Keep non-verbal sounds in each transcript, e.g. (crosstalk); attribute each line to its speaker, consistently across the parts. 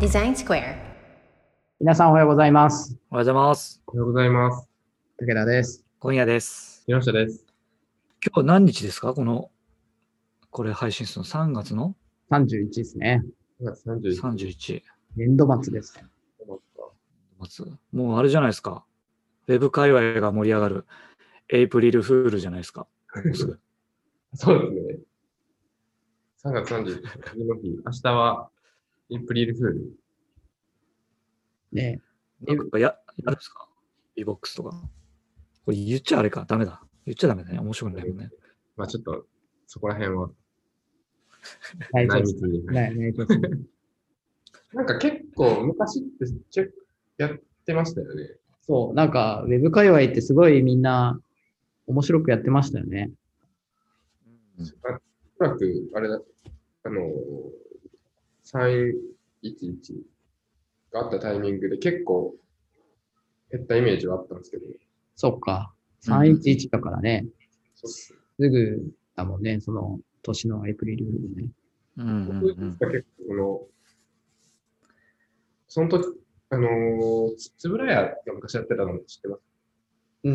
Speaker 1: デザインスクエア。
Speaker 2: 皆さんおはようございます。
Speaker 3: おはようございます。
Speaker 4: おはようございます。
Speaker 2: 武田です。
Speaker 3: 今夜です。
Speaker 4: 木下です。
Speaker 3: 今日何日ですかこの、これ配信するの3月の
Speaker 2: 31ですね。
Speaker 4: 9月31日。
Speaker 3: 31
Speaker 2: 年度末です。
Speaker 3: 末。もうあれじゃないですか。ウェブ界隈が盛り上がるエイプリルフールじゃないですか。もうすぐ
Speaker 4: そうですね。3月31日、次の日、明日は、エイプリルフール。
Speaker 2: ね
Speaker 3: なんかややるんですか ?e-box とか。これ言っちゃあれか。ダメだ。言っちゃダメだね。面白くないもんね。
Speaker 4: まあちょっと、そこら辺は、
Speaker 2: 大丈
Speaker 4: 内
Speaker 2: 夫
Speaker 4: 密に。
Speaker 2: ねねそうですね
Speaker 4: なんか結構、昔ってチェックやってましたよね。
Speaker 2: そう、なんか、ウェブ界隈ってすごいみんな面白くやってましたよね。
Speaker 3: うん
Speaker 4: おそらく、あれだ、あの、311があったタイミングで結構、減ったイメージはあったんですけど、
Speaker 2: そっか。
Speaker 3: うん
Speaker 2: 311だからね、
Speaker 4: そうっす
Speaker 2: すぐだもんね、その年のエイプリルフールね。
Speaker 3: うんうん
Speaker 4: 僕
Speaker 3: うん
Speaker 4: 実は結構その、その時、あのー、つつぶらやが昔やってたの知ってます
Speaker 2: うん。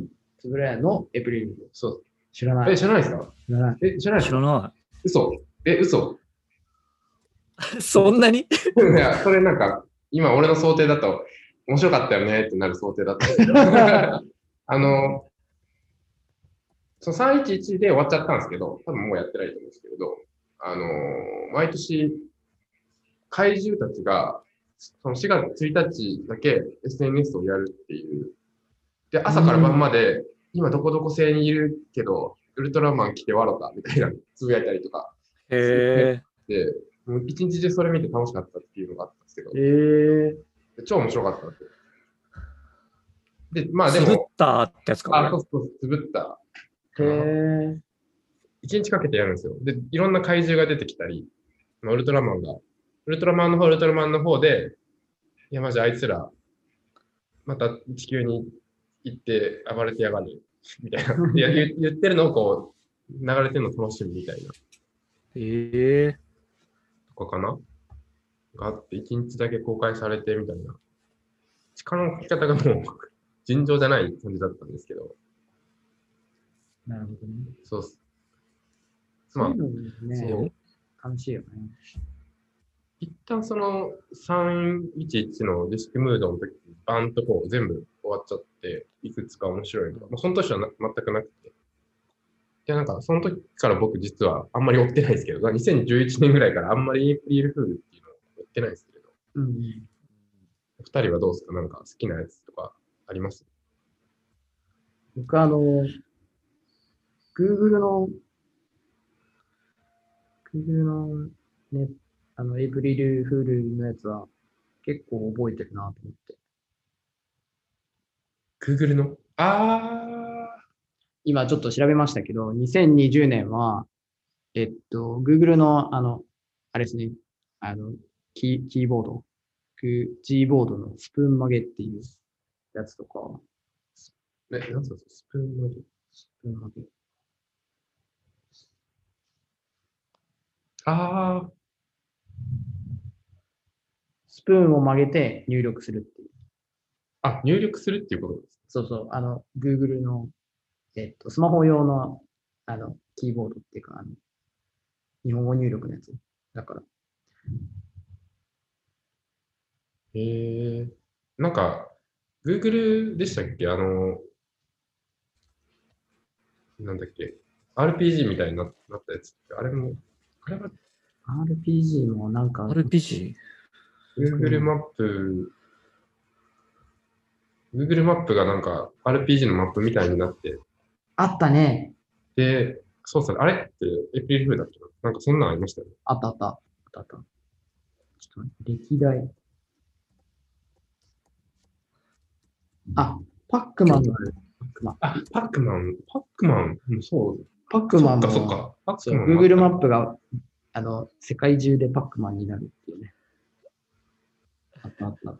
Speaker 2: んつぶらやのエイプリルフール。
Speaker 4: そう。
Speaker 2: 知らな
Speaker 4: え、
Speaker 2: い。
Speaker 4: 知らないですか
Speaker 2: 知らない。
Speaker 4: え、知らないで
Speaker 3: 知
Speaker 4: すから
Speaker 3: な
Speaker 4: 嘘え、嘘
Speaker 3: い。そんなに
Speaker 4: (laughs) いや、それなんか、今俺の想定だと、面白かったよねってなる想定だったんですけど。あのー、その311で終わっちゃったんですけど、多分もうやってないと思うんですけれど、あのー、毎年、怪獣たちが、その4月1日だけ SNS をやるっていう。で、朝から晩まで、今どこどこ星にいるけど、ウルトラマン来て笑ったみたいな、つぶやいたりとか。
Speaker 3: へえ。
Speaker 4: で、もう一日中それ見て楽しかったっていうのがあったんですけど、
Speaker 2: えー、
Speaker 4: で超面白かったんですよ。で、まあで
Speaker 3: つぶっ
Speaker 4: も、
Speaker 3: たってやつ
Speaker 4: あ、
Speaker 3: か
Speaker 4: そ。うそう、つぶった。
Speaker 2: へ
Speaker 4: 一日かけてやるんですよ。で、いろんな怪獣が出てきたり、まあウルトラマンが、ウルトラマンの方、ウルトラマンの方で、いや、マジあいつら、また地球に行って暴れてやがる、みたいな。いや言言ってるのをこう、流れてるの楽しむみたいな
Speaker 3: へえ。
Speaker 4: とかかながあって、一日だけ公開されてみたいな。力の書き方がもう、 (laughs) 尋常じゃない感じだったんですけど、
Speaker 2: ー。なるほどね。
Speaker 4: そうっす。
Speaker 2: そ
Speaker 4: ま
Speaker 2: う
Speaker 4: あ
Speaker 2: い、うのね、
Speaker 4: そう
Speaker 2: 楽しいよね。
Speaker 4: 一旦その311の自粛ムードの時、バンとこう全部終わっちゃって、いくつか面白いのが、もうその年はな全くなくて。で、なんかその時から僕実はあんまり追ってないですけど、2011年ぐらいからあんまりエイプリルフールっていうのを追ってないですけれど、
Speaker 2: うん。
Speaker 4: お二人はどうですかなんか好きなやつとかあります
Speaker 2: 僕あの、Google の、Google のね、あの、エイプリルフールのやつは結構覚えてるなと思って。
Speaker 4: ?Google のあ
Speaker 2: 今ちょっと調べましたけど、2020年は、えっと、Google のあの、あれですね、あの、キーキーボード、G ボードのスプーン曲げっていうやつとか、
Speaker 4: ー、ね、なんすかスプーンの
Speaker 2: スプーン曲げ。
Speaker 4: あー、
Speaker 2: スプーンを曲げて入力するっていう。
Speaker 4: あ、入力するっていうことです。
Speaker 2: そうそう、あの、Google の、えっと、スマホ用の、あの、キーボードっていうか、あの、日本語入力のやつ。だから、
Speaker 4: へえ。なんか、Google でしたっけあの、なんだっけ ?RPG みたいにななったやつって、あれも、あれは
Speaker 2: RPG もなんか、
Speaker 3: RPG?
Speaker 4: Google マップ、Google マップがなんか RPG のマップみたいになって、
Speaker 2: あったね。
Speaker 4: で、そうっすね、あれってエイプリルフールだっけななんかそんなのありましたよね。
Speaker 2: あったあった。あったあった。ちょっと待って、歴代。あ、パックマンのある。
Speaker 4: あ、パックマン、パックマン、うんそう。
Speaker 2: パックマン
Speaker 4: そ
Speaker 2: も、
Speaker 4: っかそっか。パッ
Speaker 2: そ
Speaker 4: ク
Speaker 2: う
Speaker 4: マンもあった
Speaker 2: Google マップが、あの、世界中でパックマンになるっていうね。あったあった。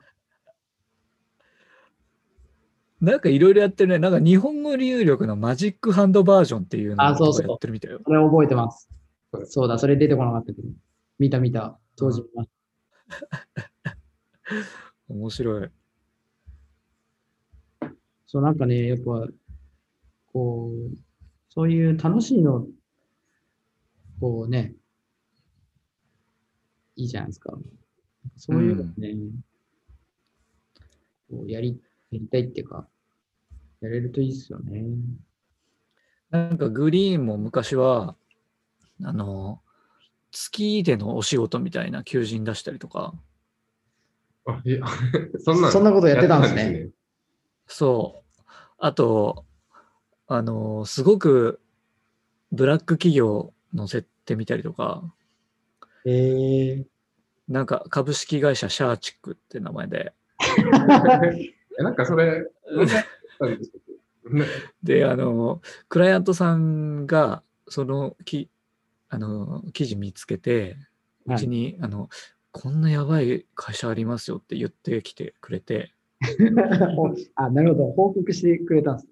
Speaker 3: なんかいろいろやってるね。なんか日本語入力のマジックハンドバージョンっていうの
Speaker 2: あそうそう
Speaker 3: とかやってるみたいよ。
Speaker 2: それ覚えてます
Speaker 4: そうで。す
Speaker 2: そうだ、それ出てこなかったけど。見た見た。当時見まし
Speaker 3: 面白い。
Speaker 2: そう、なんかね、やっぱ、こう、そういう楽しいの、こうね、いいじゃないですか。そういうのね、こうやり、やりたいっていうか、やれるといいっすよね。
Speaker 3: なんかグリーンも昔は、あの、月でのお仕事みたいな求人出したりとか、
Speaker 4: あえ (laughs) そんな
Speaker 2: そんなことやってたんですね
Speaker 4: やっ
Speaker 3: そう。あと、あの、すごくブラック企業の設定見たりとか、
Speaker 2: ええ
Speaker 3: なんか株式会社シャーチックって名
Speaker 2: (laughs)
Speaker 3: 前で、
Speaker 4: たんですね (laughs) えなんかそれ、ね
Speaker 3: で、あの、クライアントさんが、そのき、あの、記事見つけて、うちに、あの、こんなやばい会社ありますよって言ってきてくれて、
Speaker 2: (laughs) あ、なるほど。報告してくれたんです。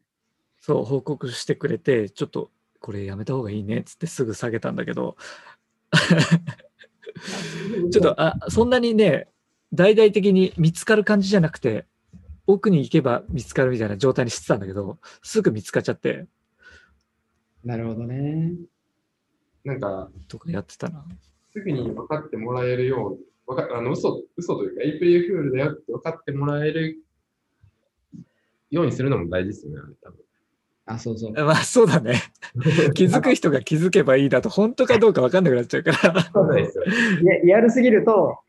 Speaker 3: そう、報告してくれて、ちょっと、これやめた方がいいねっつってすぐ下げたんだけど、ちょっと、あ、そんなにね、大々的に見つかる感じじゃなくて、奥に行けば見つかるみたいな状態にしてたんだけど、すぐ見つかっちゃって、
Speaker 2: なるほどね。
Speaker 4: なんか、
Speaker 3: とかやってたな。
Speaker 4: すぐに分かってもらえるよう、分かあの嘘嘘というか、エイプリルフールだよって分かってもらえるようにするのも大事ですよね、あれ多分。
Speaker 2: あ、そうそう。
Speaker 3: (laughs) まあそうだ
Speaker 2: (laughs)
Speaker 3: ね。気づく人が気づけばいいだと、本当かどうか分かんなくなっちゃうから。
Speaker 4: 分かんないですよ。 (laughs)
Speaker 2: やリアルすぎると、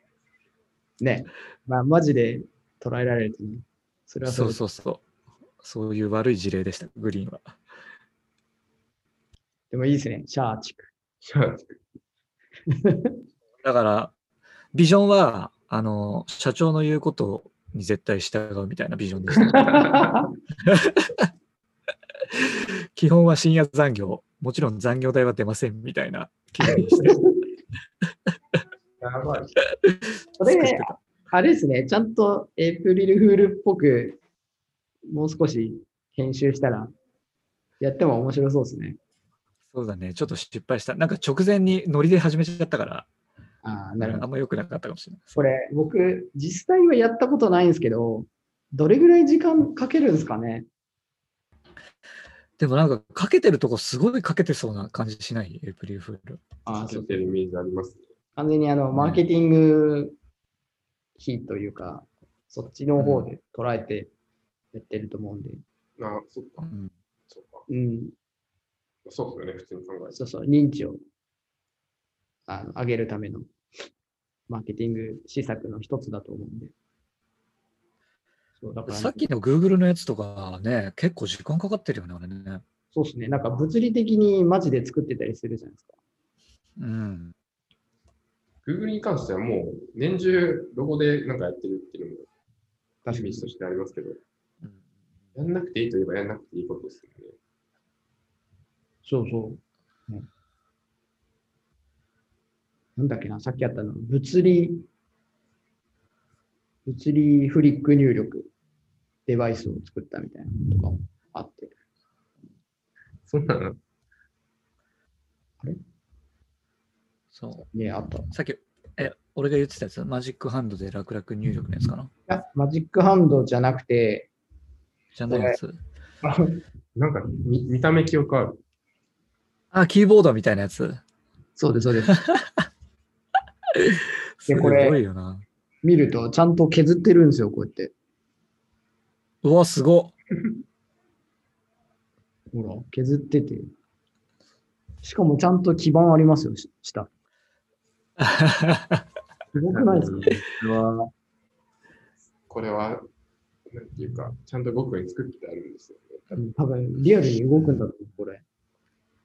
Speaker 2: ね、まあ、マジで捉えられるとね、それは
Speaker 3: そう
Speaker 2: れ
Speaker 3: そうそう。そういう悪い事例でした、グリーンは。
Speaker 2: でもいいですね、シャーチ
Speaker 3: (laughs)
Speaker 2: ク。
Speaker 3: だから、ビジョンは、あの、社長の言うことに絶対従うみたいなビジョン
Speaker 2: (laughs)
Speaker 3: でした。基本は深夜残業。もちろん残業代は出ませんみたいな記事にして
Speaker 4: やばい。
Speaker 2: (laughs) それ、あれですね、ちゃんとエイプリルフールっぽく、もう少し編集したら、やっても面白そうですね。
Speaker 3: そうだね。ちょっと失敗した。なんか直前にノリで始めちゃったから、
Speaker 2: ああ、なるほ
Speaker 3: あ
Speaker 2: ど。
Speaker 3: んま良くなかったかもしれない。
Speaker 2: これ、僕、実際はやったことないんですけど、どれぐらい時間かけるんですかね
Speaker 3: でもなんか、かけてるとこすごいかけてそうな感じしないエイプリルフール。
Speaker 2: あ
Speaker 4: か
Speaker 2: あ、そ
Speaker 4: け
Speaker 2: う
Speaker 4: てるイメージあります、ね。
Speaker 2: 完全にあの、マーケティング費というか、そっちの方で捉えてやってると思うんで、
Speaker 4: あ、そっ
Speaker 3: う
Speaker 4: か、
Speaker 3: ん
Speaker 4: そっか。
Speaker 2: うん、
Speaker 4: そうですよね、普通に考えて。
Speaker 2: そうそう、認知をあの上げるためのマーケティング施策の一つだと思うんで。そう、だから、
Speaker 3: さっきの Google のやつとかね、結構時間かかってるよね、あれね。
Speaker 2: そうですね、なんか物理的にマジで作ってたりするじゃないですか。
Speaker 3: うん。
Speaker 4: Google に関してはもう年中ロゴでなんかやってるっていうのも、確かにとしてありますけど、やんなくていいといえばやんなくていいことですよね。
Speaker 2: そうそう。ねなんだっけな、さっきあったの、物理、物理フリック入力、デバイスを作ったみたいなのとかもあって。
Speaker 4: そんなの、
Speaker 3: そ。
Speaker 2: ね、あった。いう
Speaker 3: さっき、え、俺が言ってたやつ、マジックハンドで楽々入力のやつかな
Speaker 2: やマジックハンドじゃなく (laughs) て、
Speaker 3: じゃないやつ。
Speaker 4: なんか見見た目記憶ある。
Speaker 3: あ、キーボードみたいなやつ。
Speaker 2: そうです、そうです。
Speaker 3: す
Speaker 2: こ
Speaker 3: ご
Speaker 2: れ
Speaker 3: いよな。
Speaker 2: 見ると、ちゃんと削ってるんですよ、こうやって。
Speaker 3: うわ、すごっ。 (laughs)
Speaker 2: ほら、削ってて。しかも、ちゃんと基板ありますよ、し下。すごくないですか
Speaker 4: これは、これは、なんていうか、ちゃんと僕に作ってあるんですよね。
Speaker 2: 多分、リアルに動くんだと思う、これ。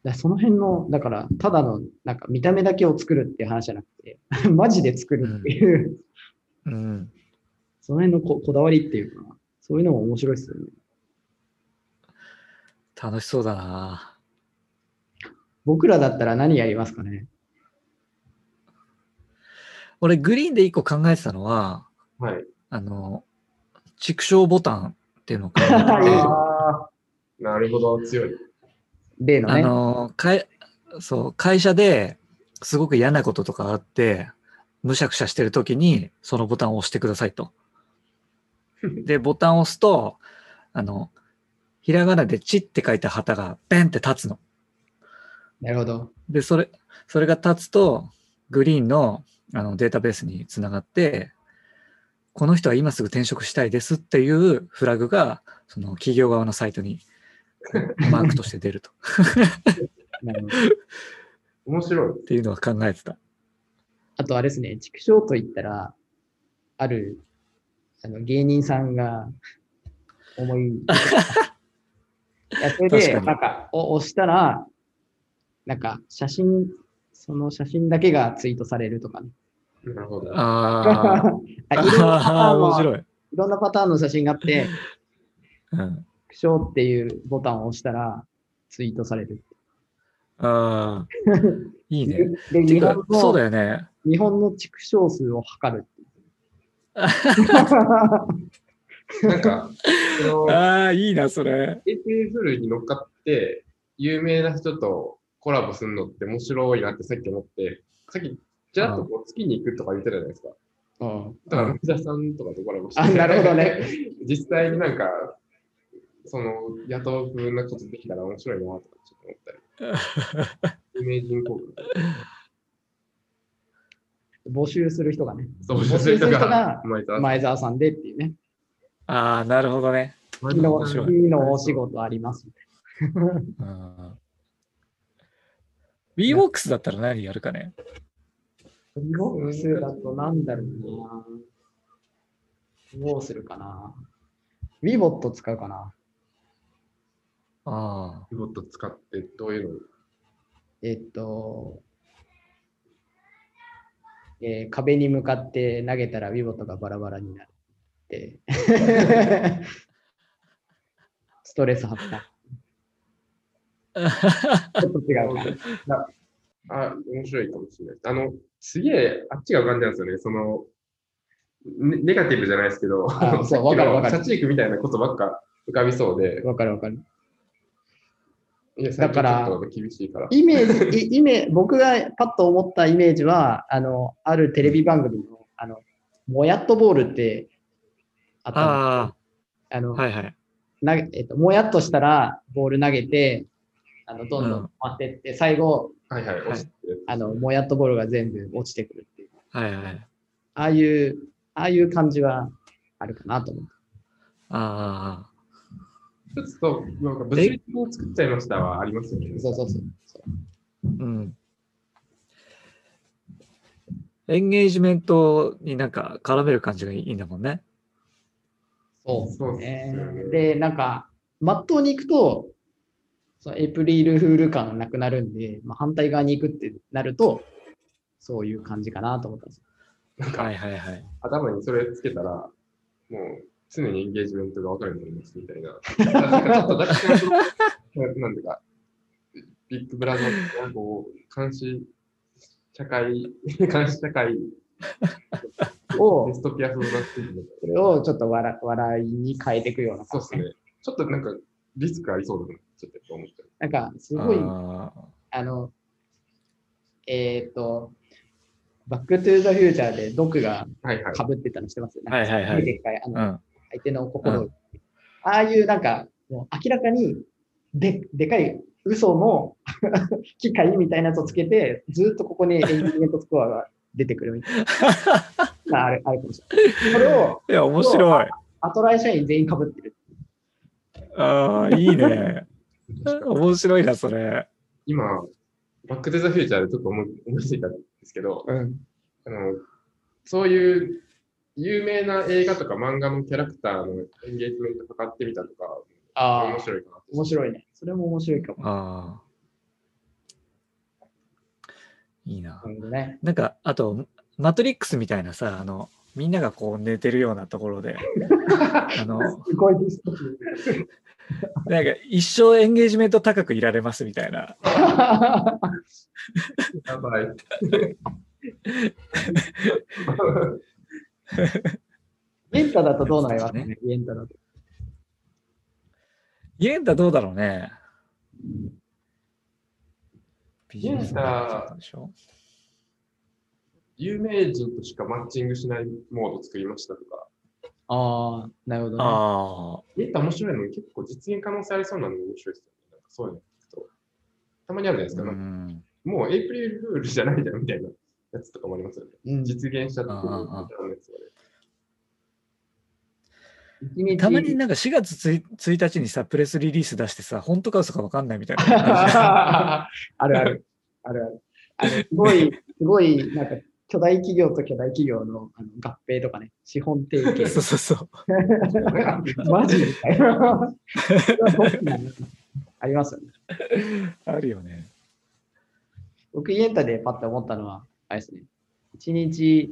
Speaker 2: だその辺の、だから、ただの、なんか、見た目だけを作るっていう話じゃなくて、 (laughs) マジで作るっていう、
Speaker 3: うん。
Speaker 2: その辺のここだわりっていうか、そういうのも面白いですよね。
Speaker 3: 楽しそうだな。
Speaker 2: 僕らだったら何やりますかね
Speaker 3: 俺、グリーンで一個考えてたのは、
Speaker 4: はい。
Speaker 3: あの、畜生ボタンっていうのを考えてて
Speaker 2: (laughs)
Speaker 4: ああ、なるほど、強い。
Speaker 2: 例の
Speaker 3: あ
Speaker 2: ね。
Speaker 3: の、かいそう、会社ですごく嫌なこととかあって、むしゃくしゃしてる時に、そのボタンを押してくださいと。で、ボタンを押すと、あの、ひらがなでチって書いた旗がペンって立つの。
Speaker 2: なるほど。
Speaker 3: で、それ、それが立つと、グリーンのあのデータベースにつながって、この人は今すぐ転職したいですっていうフラグが、その企業側のサイトにこうマークとして出るとっ
Speaker 2: なるほど
Speaker 4: 面白い。
Speaker 3: ていうのは考えてた。
Speaker 2: あとあれですね、畜生と言ったら、ある、あの、芸人さんが思い、
Speaker 3: (laughs)
Speaker 2: いやそれ
Speaker 3: 確
Speaker 2: で、
Speaker 3: かに
Speaker 2: なんか、を押したら、なんか、写真、その写真だけがツイートされるとかね。
Speaker 4: なる
Speaker 3: (laughs)
Speaker 4: ほど。
Speaker 3: あ
Speaker 2: (laughs) あいろんなパ
Speaker 3: ー
Speaker 2: ター
Speaker 3: あー、
Speaker 2: ン
Speaker 3: 面
Speaker 2: の、
Speaker 3: 白い。
Speaker 2: いろんなパターンの写真があって、
Speaker 3: うん、
Speaker 2: 畜生っていうボタンを押したら、ツイートされる。
Speaker 3: ああ、いいね。
Speaker 2: で、
Speaker 3: て
Speaker 2: 日
Speaker 3: か
Speaker 2: 本
Speaker 3: そうだ
Speaker 2: の、
Speaker 3: よね。
Speaker 2: 日本の畜生数を測るっていう
Speaker 4: なんか、その、
Speaker 3: ああ、いいな、それ。
Speaker 4: SF 類に乗っかって、有名な人とコラボするのって面白いなってさっき思って、さっき、ちらっとこう月に行くとか言ってたじゃないですか。
Speaker 3: (laughs)
Speaker 2: うん。
Speaker 4: だから、福田さんとかとコラボして。
Speaker 2: あなるほどね。
Speaker 4: (laughs) 実際になんか、その、野党風なことできたら面白いなとかちょっと
Speaker 2: (laughs)
Speaker 4: 思ったり。イメージン効果。
Speaker 2: 募集する人がね、
Speaker 4: そう、面白い人が、
Speaker 2: 面前澤さんでっていうね。
Speaker 3: ああ、なるほどね。
Speaker 4: 前
Speaker 2: 昨
Speaker 4: 澤
Speaker 2: 日、
Speaker 4: さん
Speaker 2: 昨日のお仕事あります。
Speaker 3: うん。WeWorks だったら何やるかね。
Speaker 2: リボックスだとなんだろうな。どうするかな。ウィボット使うかな。
Speaker 3: あ
Speaker 4: ロボット使って、どういうの
Speaker 2: えっと、えー壁に向かって投げたらウィボットがバラバラになるって。 (laughs) ストレス発散。
Speaker 3: あ。
Speaker 2: ちょっと違うか。
Speaker 4: あ、面白いかもしれない。あの、すげえ、あっちが浮かんじゃうんですよね。その、ネネガティブじゃないですけど、
Speaker 2: あそう
Speaker 4: さっきの
Speaker 2: わかるわかる
Speaker 4: チークみたいなことばっか浮かびそうで、
Speaker 2: わかるわかる。
Speaker 4: いや、
Speaker 2: だから
Speaker 4: 最近ちょっと厳しいから。
Speaker 2: イメージ、いイメ僕がパッと思ったイメージは、あの、あるテレビ番組の、あの、もやっとボールってあったの。あ
Speaker 3: ああ、
Speaker 2: の、
Speaker 3: はいはい。
Speaker 2: 投げえっと、もやっとしたらボール投げて、あの、どんど
Speaker 3: うん
Speaker 2: ん回ってって、最後、
Speaker 4: はいはい、押して。
Speaker 2: あの、もやっとボールが全部落ちてくるっていう。
Speaker 3: はいはい。
Speaker 2: ああいう、ああいう感じはあるかなと思って。
Speaker 3: あ
Speaker 4: ちょっと、なんか物理的に作っちゃいましたはありますよね。
Speaker 2: そうそうそう。
Speaker 3: あ、うん。エンゲージメントになんか絡める感じがいいんだもんね。
Speaker 2: そう
Speaker 4: そうっす
Speaker 2: え
Speaker 4: よね
Speaker 2: ーで、なんか、まっとうに行くと、そのエイプリルフール感がなくなるんで、まあ、反対側に行くってなると、そういう感じかなと思ったんですよ。
Speaker 4: なんか、
Speaker 3: はいはいはい。
Speaker 4: 頭にそれつけたら、もう、常にエンゲージメントが分かるようになりますみたいな。なんかちょっとだけ、なんていうか、ビッグブラザーのこう、監視社会、 (laughs) 監視社会、
Speaker 2: を
Speaker 4: デストピア風なってる
Speaker 2: それをちょっと笑笑いに変えていくような
Speaker 4: そ
Speaker 2: 感
Speaker 4: うで
Speaker 2: じ
Speaker 4: すね。ちょっとなんか、リスクありそうだな、ちょっとやっぱ思っちゃう。
Speaker 2: なんか、す
Speaker 3: あ
Speaker 2: ごい、
Speaker 3: あ
Speaker 2: あの、えーっと、バックトゥーザフューチャーで毒が
Speaker 4: はいはい。
Speaker 2: 被ってたのしてますよね。
Speaker 3: はいはいはい
Speaker 2: でっかいあ
Speaker 3: う
Speaker 2: の
Speaker 3: ん。
Speaker 2: 相手の心を、
Speaker 3: う
Speaker 2: ああいうなんか、もう明らかにででかい嘘の (laughs) 機械みたいなやつをつけて、ずっとこ (laughs) こにエンゲージメントスコアが出てくるみ (laughs) たいな、あれあれかもしれない。それを
Speaker 3: いや、面白い。
Speaker 2: アトライ社員全員かぶってる。
Speaker 3: ああ、いいね。
Speaker 4: 確か
Speaker 3: 面白いな、それ。
Speaker 4: 今、バック・デザ・フューチャーでちょっと思い思いついたんですけど、
Speaker 2: うん。
Speaker 4: あの、そういう有名な映画とか漫画のキャラクターのエンゲージメントかかってみたとか、
Speaker 2: あ
Speaker 4: 面
Speaker 2: あ、
Speaker 4: 白いかなと。
Speaker 2: 面白いね。それも面白いかも。
Speaker 3: ああ。いいな。
Speaker 2: 今後ね。
Speaker 3: なんか、あと、マトリックスみたいなさ、あの、みんながこう寝てるようなところで、あの、
Speaker 2: すごいディストピ
Speaker 3: なんか一生エンゲージメント高くいられますみたいな、
Speaker 2: (laughs) ア
Speaker 4: やばい。
Speaker 2: イエンタだとどうなりますかね、イエンタだと。
Speaker 3: イエンタどうだろうね。ビ
Speaker 4: ジネスマンだった
Speaker 3: でしょ
Speaker 4: (laughs) 有名人としかマッチングしないモード作りましたとか、
Speaker 2: ああ、なるほど、ね。
Speaker 3: ああ。
Speaker 4: データ面白いのに結構実現可能性ありそうなのに面白いですよね。なんかそういうの聞くと。たまにあるじゃないですか。
Speaker 3: う
Speaker 4: なんか
Speaker 3: ん。
Speaker 4: もうエイプリルフールじゃないじゃんみたいなやつとかもありますよね。
Speaker 2: うん、
Speaker 4: 実現したっていう
Speaker 3: ああああ
Speaker 4: パターンのやつまで
Speaker 2: 一日
Speaker 3: たまになんか4月つい1日にさ、プレスリリース出してさ、本当か嘘か分かんないみたい
Speaker 2: (laughs)
Speaker 3: な。
Speaker 2: あるある。あるある。あのすごい、すごい、なんか、巨大企業と巨大企業のあの合併とかね、資本提携。
Speaker 3: そうそうそう。
Speaker 2: マジみたいな。 (laughs) それはどうなんですかありますよね。
Speaker 3: あるよね。
Speaker 2: 僕、イエンタでパッと思ったのは、あれですね。一日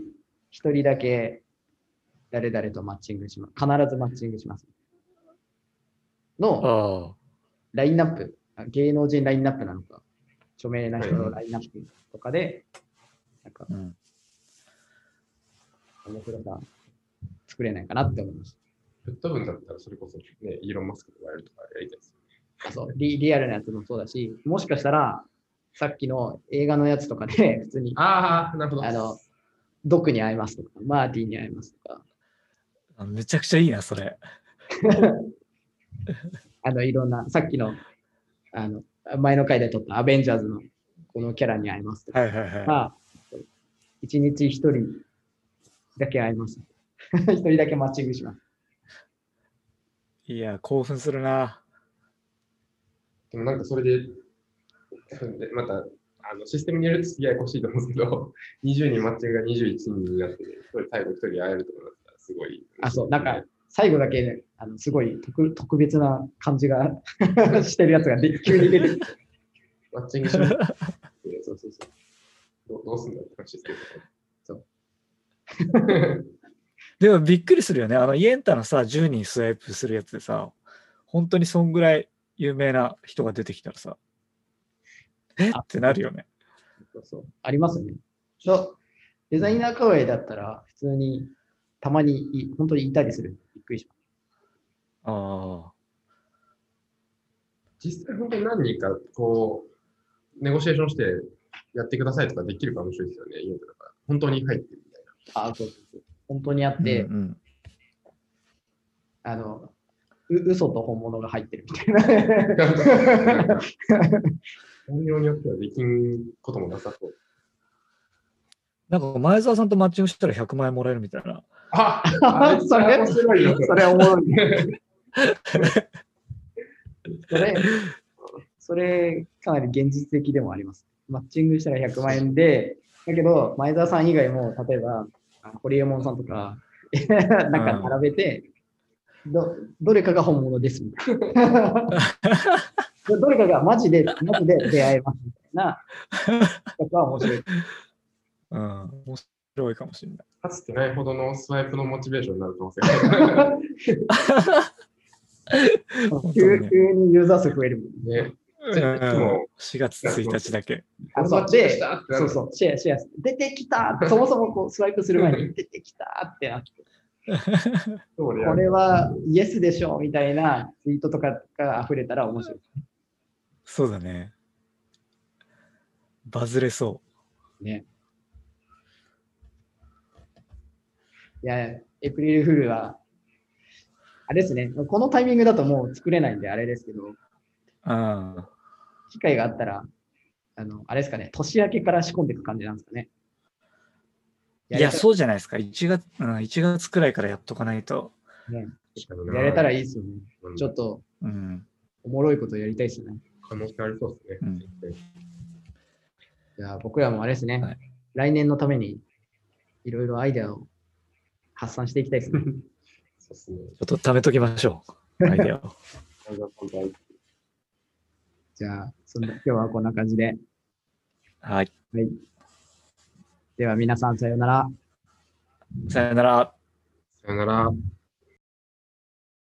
Speaker 2: 一人だけ誰々とマッチングします。必ずマッチングします。の
Speaker 3: あ
Speaker 2: ラインナップ、あ芸能人ラインナップなのか、著名な人のラインナップとかで、なんか
Speaker 3: あ。うん。
Speaker 2: 面白さ作れないかなって思いまし
Speaker 4: ぶっ飛ぶんだったらそれこそ、ね、イーロン・マスクとかやるとかやりたいですよね。
Speaker 2: た。そうリリアルなやつもそうだし、もしかしたらさっきの映画のやつとかで (laughs) 普通に
Speaker 4: ああ、なるほど。
Speaker 2: あのドクに会いますとか、マーティーに会いますとか、
Speaker 3: あめちゃくちゃいいな、それ。
Speaker 2: あのいろんなさっきのあの前の回で撮ったアベンジャーズのこのキャラに会いますとか、
Speaker 3: はいはいはい。
Speaker 2: まあ一日一人だけ会います。 (laughs) 一人だけマッチングします。
Speaker 3: いや、興奮するな。
Speaker 4: でもなんかそれで、でまたあのシステムによるとすげえややこしいと思うんですけど、20人マ (laughs) ッチングが21人になって、それ最後1人会えるとかなったらすごい。
Speaker 2: あ、そう、なんか、最後だけ、ね、あのすごい特特別な感じが (laughs) してるやつがで急に出てきて、
Speaker 4: マッチングします。えそうそうそう。どどうすんだって話ですけど。そう。
Speaker 3: でもびっくりするよね。あの、イエンタのさ、10人スワイプするやつでさ、本当にそんぐらい有名な人が出てきたらさ、えっ
Speaker 2: あ
Speaker 3: てなるよね。
Speaker 2: そうそうありますよね。そうデザイナーカフェだったら、普通にたまにい本当にいたりする。びっくりします。
Speaker 3: あ
Speaker 4: (laughs) 実際本当に何人かこう、ネゴシエーションしてやってくださいとかできるか面白いですよね、家とか。本当に入ってるみたいな。
Speaker 2: あ、そうそうそう。本当にあっ
Speaker 3: あ。
Speaker 2: て、
Speaker 3: うんうん
Speaker 2: あの、う嘘と本物が入ってるみたいな。
Speaker 4: なんか本業によってはできんこともなさそう。
Speaker 3: なんか前澤さんとマッチングしたら100万円もらえるみたいな。
Speaker 4: あ
Speaker 2: あそれ
Speaker 4: 面白いよ。
Speaker 2: それおもろい。それ、それかなり現実的でもあります。マッチングしたら100万円で、だけど、前澤さん以外も、例えば、あホリエモンさんとか、なんか並べて、どどれかが本物ですみたいな。どどれかがマジで、マジで出会えますみたいな、とかは面白い。
Speaker 3: うん。面白いかもしれない。
Speaker 4: かつてないほどのスワイプのモチベーションになる可能性がある。
Speaker 3: 本当
Speaker 2: 急
Speaker 3: にね
Speaker 2: 急にユーザー数増えるもんね。
Speaker 4: ね。
Speaker 3: うん
Speaker 4: じゃあいつも
Speaker 3: 4月1日だけ。
Speaker 2: あそう
Speaker 4: で
Speaker 2: で、そうそう、シェア、シェア、出てき (laughs) たそもそもこうスワイプする前に出てきたってなって、
Speaker 4: こ
Speaker 2: これはイエスでしょみたいなツイートとかが溢れたら面白い。
Speaker 3: そうだね。バズれそ
Speaker 2: ね。いや、エプリルフールは、あれですね、このタイミングだともう作れないんであれですけど、
Speaker 3: う。うん。
Speaker 2: 機会があったら、あの、あれですかね、年明けから仕込んでいく感じなんですかね。
Speaker 3: いや、
Speaker 2: う
Speaker 3: そうじゃないですか。1月、うん、1月くらいからやっとかないと。
Speaker 2: やれたら
Speaker 4: い
Speaker 2: いいですよね。
Speaker 4: い
Speaker 2: ちょっと、
Speaker 3: うん。
Speaker 2: おもろいことやりたいですよね。
Speaker 4: 可能性ありそうですね。
Speaker 2: じゃあ僕らもあれですね、
Speaker 3: はい
Speaker 2: 来年のためにいろいろアイデアを発散していきたいです
Speaker 3: (laughs)
Speaker 2: ね。
Speaker 4: そうですね。
Speaker 3: ちょっと貯めときましょ (laughs) う。アイデアを。
Speaker 2: じゃあそんな今日はこんな感じで。
Speaker 3: はい。
Speaker 2: では皆さんさようなら。
Speaker 3: さよなら。
Speaker 4: さよなら。